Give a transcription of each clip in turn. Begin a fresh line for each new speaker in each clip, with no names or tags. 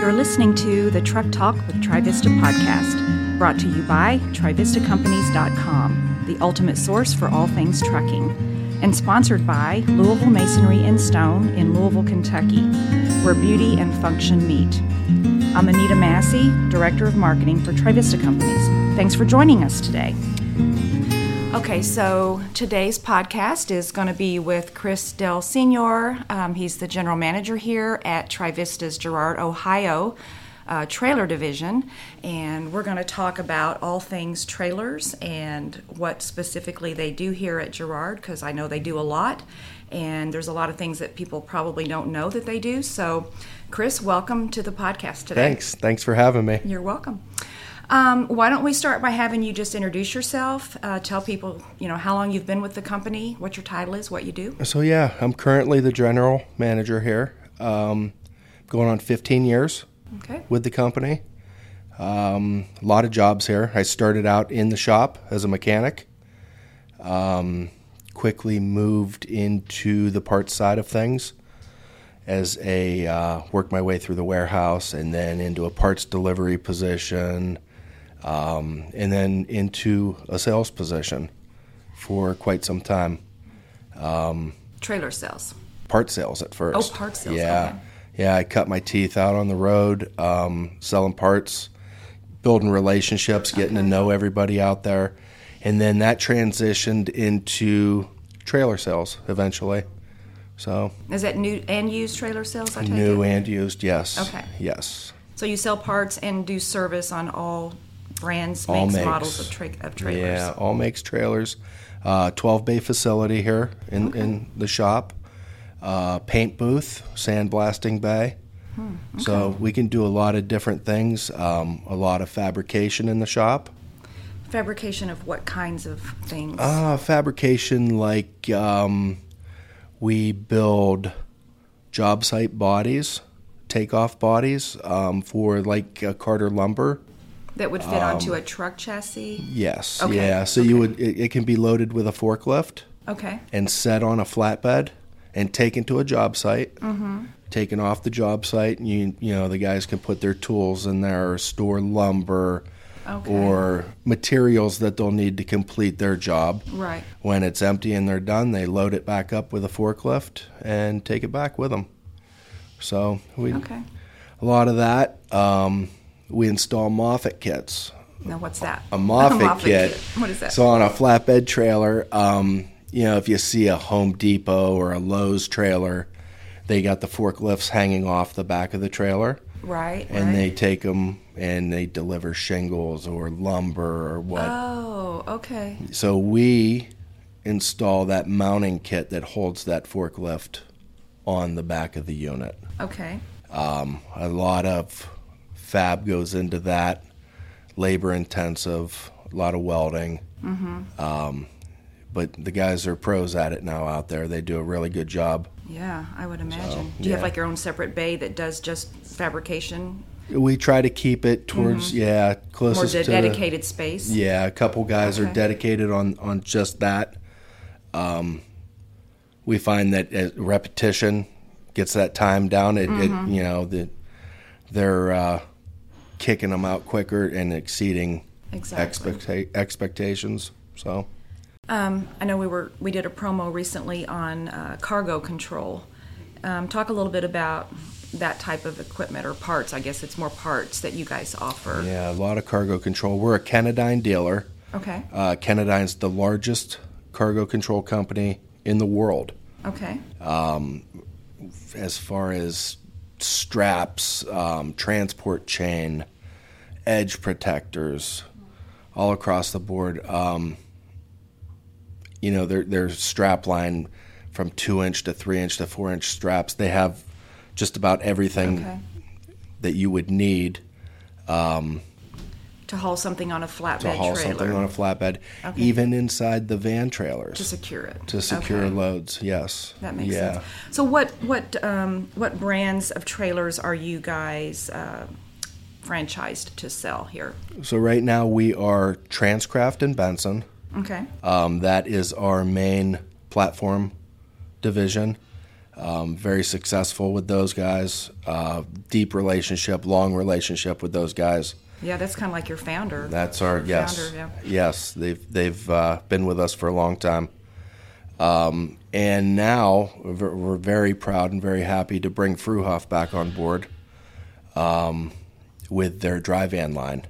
You're listening to the Truck Talk with TriVista podcast, brought to you by TriVistaCompanies.com, the ultimate source for all things trucking, and sponsored by Louisville Masonry and Stone in Louisville, Kentucky, where beauty and function meet. I'm Anita Massey, Director of Marketing for TriVista Companies. Thanks for joining us today. Okay, so today's podcast is going to be with Chris Del Senior. Um, he's the general manager here at Trivista's Girard, Ohio uh, trailer division, and we're going to talk about all things trailers and what specifically they do here at Girard because I know they do a lot, and there's a lot of things that people probably don't know that they do. So, Chris, welcome to the podcast today.
Thanks. Thanks for having me.
You're welcome. Um, why don't we start by having you just introduce yourself, uh, tell people, you know, how long you've been with the company, what your title is, what you do.
So yeah, I'm currently the general manager here. Um, going on 15 years
Okay.
with the company. Um, a lot of jobs here. I started out in the shop as a mechanic. Um, quickly moved into the parts side of things as a uh, worked my way through the warehouse and then into a parts delivery position, um, and then into a sales position for quite some time.
Trailer sales.
part sales at first.
Oh, part sales,
Yeah,
okay.
yeah. I cut my teeth out on the road, um, selling parts, building relationships, getting to know everybody out there, and then that transitioned into trailer sales eventually. So
Is that new and used trailer sales? I take
new
it?
and used, yes.
Okay.
Yes.
So you sell parts and do service on all brands,
All
makes,
makes.
models of, tra- of trailers.
Yeah, all makes trailers. Uh, 12 bay facility here in, in the shop. Uh, paint booth, sandblasting bay.
Hmm,
So we can do a lot of different things. Um, a lot of fabrication in the shop.
Fabrication of what kinds of things?
Uh, fabrication like um, we build job site bodies, takeoff bodies um, for like uh, Carter lumber.
that would fit
um,
onto a truck chassis?
Yes.
Okay,
Yeah. So you would it, it can be loaded with a forklift.
Okay.
and set on a flatbed and taken to a job site. Mm-hmm. Taken off the job site, and you you know the guys can put their tools in there, or store lumber,
Okay.
or materials that they'll need to complete their job.
Right.
When it's empty and they're done, they load it back up with a forklift and take it back with them. So we
Okay.
a lot of that. Um, we install Moffett kits
Now what's that?
a Moffett, kit.
What is that?
So on a flatbed trailer, um, you know, if you see a Home Depot or a Lowe's trailer, they got the forklifts hanging off the back of the trailer,
right.
and
right.
they take them and they deliver shingles or lumber or what.
Oh, okay.
so we install that mounting kit that holds that forklift on the back of the unit.
Okay.
a lot of fab goes into that labor intensive a lot of welding um,
Mm-hmm.
but the guys are pros at it now out there they do a really good job
Yeah, I would imagine. do you have
yeah.
like your own separate bay that does just fabrication,
we try to keep it towards yeah
Mm-hmm. more
closest
de-
to
dedicated space?
The, yeah a couple guys
Okay.
are dedicated on on just that um, we find that uh, repetition gets that time down it,
Mm-hmm.
it you know the they're uh, kicking them out quicker and exceeding
Exactly.
expecta- expectations. So
I know we were we did a promo recently on uh, cargo control. Um, talk a little bit about that type of equipment or parts. I guess it's more parts that you guys offer.
yeah, a lot of cargo control. We're a Kenadine dealer.
Okay.
Uh, Kenadine's the largest cargo control company in the world
Okay.
Uh, um, as far as straps, um, transport chain, edge protectors, all across the board. Um, you know, their their strap line from two inch to three inch to four inch straps. They have just about everything
Okay.
that you would need.
To haul something on a flatbed
to haul
trailer
something on a flatbed,
Okay.
even inside the van trailers
to secure it.
to secure
Okay.
loads. Yes,
That makes
yeah.
sense. So what what um, what brands of trailers are you guys uh, franchised to sell here?
So right now we are Transcraft and Benson.
Okay.
Um, that is our main platform division. Um, very successful with those guys. Uh, deep relationship, long relationship with those guys.
Yeah, that's kind of like your founder.
That's our yes,
Founder, yeah.
yes. They've they've uh, been with us for a long time, um, and now we're we're very proud and very happy to bring Fruhoff back on board um, with their dry van line.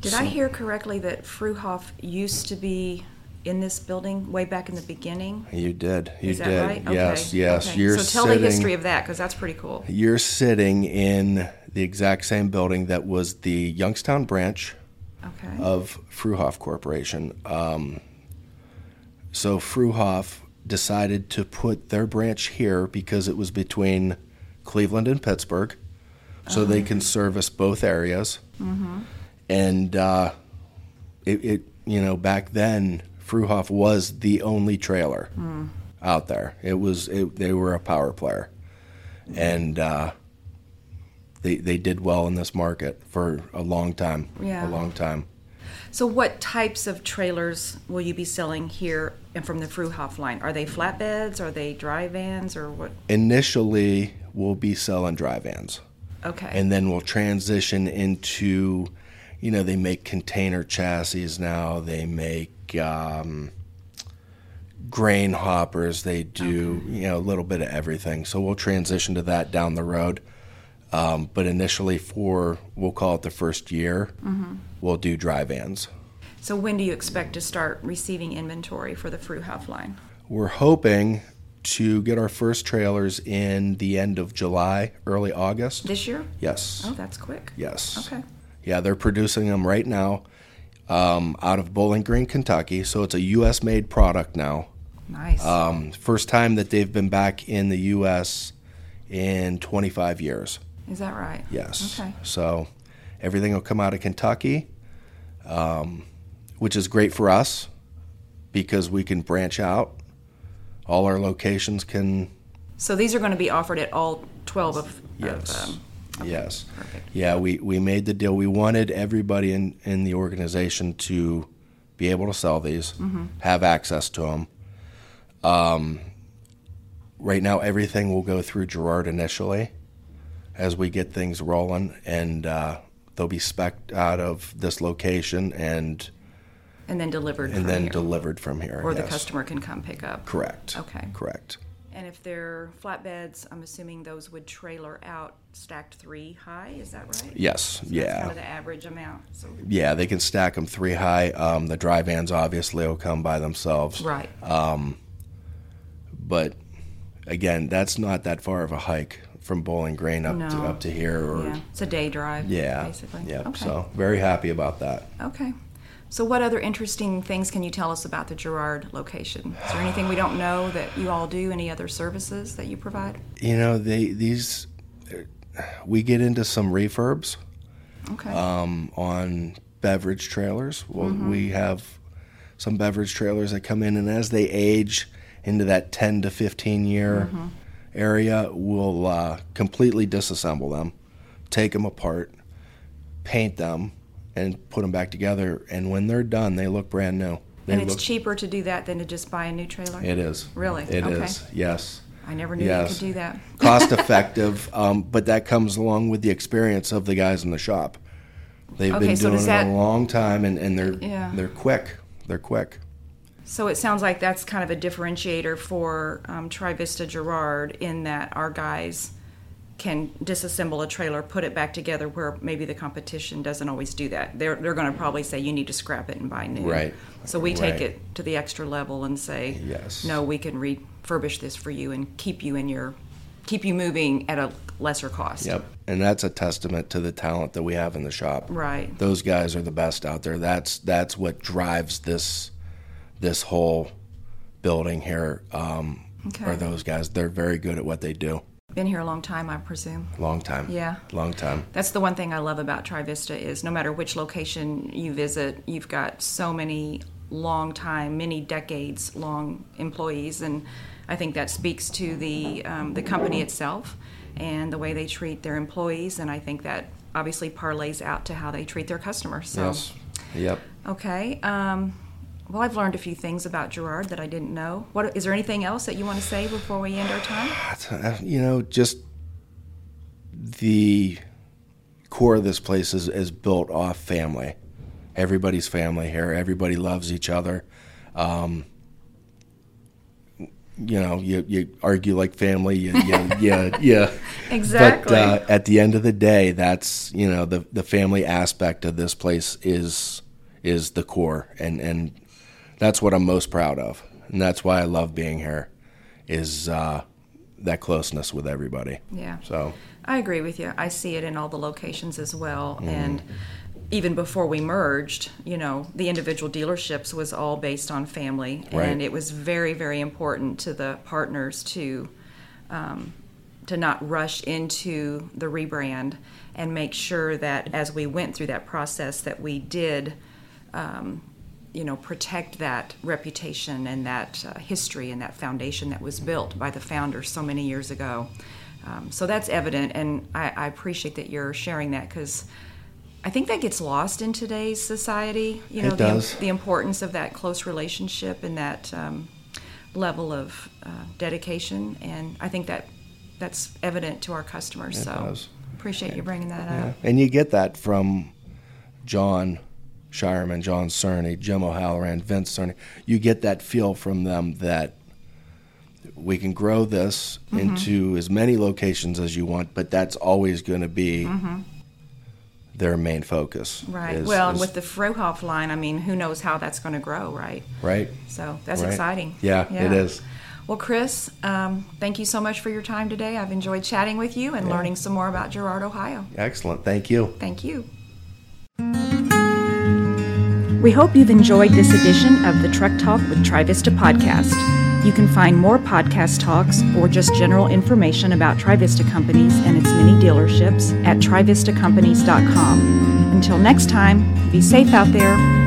Did I hear correctly that Fruhoff used to be in this building way back in the beginning?
You did, you
Is that
did,
right?
yes,
okay.
yes.
Okay.
You're
so tell
sitting,
the history of that because that's pretty cool.
You're sitting in the exact same building that was the Youngstown branch
Okay.
of Fruhoff Corporation. Um, so Fruhoff decided to put their branch here because it was between Cleveland and Pittsburgh, so they can service both areas. And uh, it, it, you know, back then Fruhoff was the only trailer out there. It was it, they were a power player, and. Uh, they, they did well in this market for a long time.
Yeah.
A long time.
so, what types of trailers will you be selling here and from the Fruhoff line? Are they flatbeds? Are they dry vans? Or what?
initially we'll be selling dry vans
Okay.
and then we'll transition into you know they make container chassis now they make um, grain hoppers they do you know a little bit of everything so we'll transition to that down the road um, but initially for we'll call it the first year
Mm-hmm.
we'll do dry vans
so, when do you expect to start receiving inventory for the Fruhoff line?
We're hoping to get our first trailers in the end of July, early August.
This year?
Yes.
Oh, that's quick.
Yes.
Okay.
Yeah, they're producing them right now um, out of Bowling Green, Kentucky. So it's a U.S. made product now.
Nice.
Um, first time that they've been back in the U.S. in 25 years.
Is that right?
Yes.
Okay.
So everything will come out of Kentucky, um, which is great for us because we can branch out. All our locations can
So, these are going to be offered at all 12 of.
Yes.
Of, um,
yes.
perfect.
Yeah, we, we made the deal. We wanted everybody in, in the organization to be able to sell these,
Mm-hmm.
have access to them. Um, right now, everything will go through Gerard initially as we get things rolling, and uh, they'll be specced out of this location and
and then delivered
and
from
then
here.
delivered from here.
or the
yes.
customer can come pick up.
Correct.
Okay.
Correct.
And if they're flatbeds, I'm assuming those would trailer out stacked three high. Is that right?
Yes. yeah.
That's kind of the average amount. So
Yeah, they can stack them three high. Um, the dry vans obviously will come by themselves.
right.
But again, that's not that far of a hike from Bowling Green up to
No.
up to here. Or
yeah.
yeah,
It's a day drive. Basically.
Um, Yep.
Okay.
So very happy about that.
Okay. So what other interesting things can you tell us about the Gerard location? Is there anything we don't know that you all do? Any other services that you provide?
You know, they these we get into some refurbs
Okay.
um, on beverage trailers. Well,
Mm-hmm.
we have some beverage trailers that come in, and as they age into that ten to fifteen year
Mm-hmm.
area, we'll uh, completely disassemble them, take them apart, paint them, and put them back together. And when they're done, they look brand new. They
and it's
look.
cheaper to do that than to just buy a new trailer?
It is
Really?
It is
Okay.
Yes.
I never knew
Yes.
you could do that.
Cost effective, um, but that comes along with the experience of the guys in the shop. They've
Okay,
been
so
doing
does
it
that-
a long time, and, and they're
Yeah.
they're quick. They're quick.
So it sounds like that's kind of a differentiator for um, Trivista Gerard in that our guys can disassemble a trailer, put it back together where maybe the competition doesn't always do that. They're, they're going to probably say you need to scrap it and buy new.
Right.
So we take
Right.
it to the extra level and say,
Yes.
no, we can refurbish this for you and keep you in your, keep you moving at a lesser cost.
Yep. And that's a testament to the talent that we have in the shop.
Right.
Those guys are the best out there. That's that's what drives this this whole building here. Um,
Okay.
Are those guys? They're very good at what they do.
Been here a long time, I presume.
Long time.
Yeah.
Long time.
That's the one thing I love about TriVista is no matter which location you visit, you've got so many long time, many decades long employees, and I think that speaks to the um, the company itself and the way they treat their employees, and I think that Um, obviously parlays out to how they treat their customers. So,
Yes. Yep.
okay. Um, Well, I've learned a few things about Gerard that I didn't know. What is there anything else that you want to say before we end our time?
Uh, you know, just the core of this place is, is built off family. Everybody's family here. Everybody loves each other. Um, you know, you, you argue like family. You, you, you, you.
Exactly.
But uh, at the end of the day, that's you know the the family aspect of this place is is the core, and and that's what I'm most proud of, and that's why I love being here, is uh, that closeness with everybody.
yeah.
So
I agree with you. I see it in all the locations as well. And even before we merged, you know, the individual dealerships was all based on family.
Right.
And it was very, very important to the partners to. Um, to not rush into the rebrand and make sure that as we went through that process that we did um, you know protect that reputation and that uh, history and that foundation that was built by the founders so many years ago um, so that's evident and I, I appreciate that you're sharing that because i think that gets lost in today's society you know
It
the, im-
does.
the importance of that close relationship and that um, level of uh, dedication and i think that that's evident to our customers so
does.
appreciate you bringing that up
and you get that from John Shireman, John Cerny, Jim O'Halloran, Vince Cerny. You get that feel from them that we can grow this
Mm-hmm.
into as many locations as you want, but that's always going to be their main focus.
Mm-hmm. Right.
is-
well, and
is-
with the Frohoff line, I mean, who knows how that's going to grow, right?
right.
So that's
Right.
exciting.
Yeah, it is.
Well, Chris, um, thank you so much for your time today. I've enjoyed chatting with you and learning some more about Gerard, Ohio.
Excellent. Thank you.
Thank you. We hope you've enjoyed this edition of the Truck Talk with TriVista podcast. You can find more podcast talks or just general information about TriVista Companies and its many dealerships at trivistacompanies.com. Until next time, be safe out there,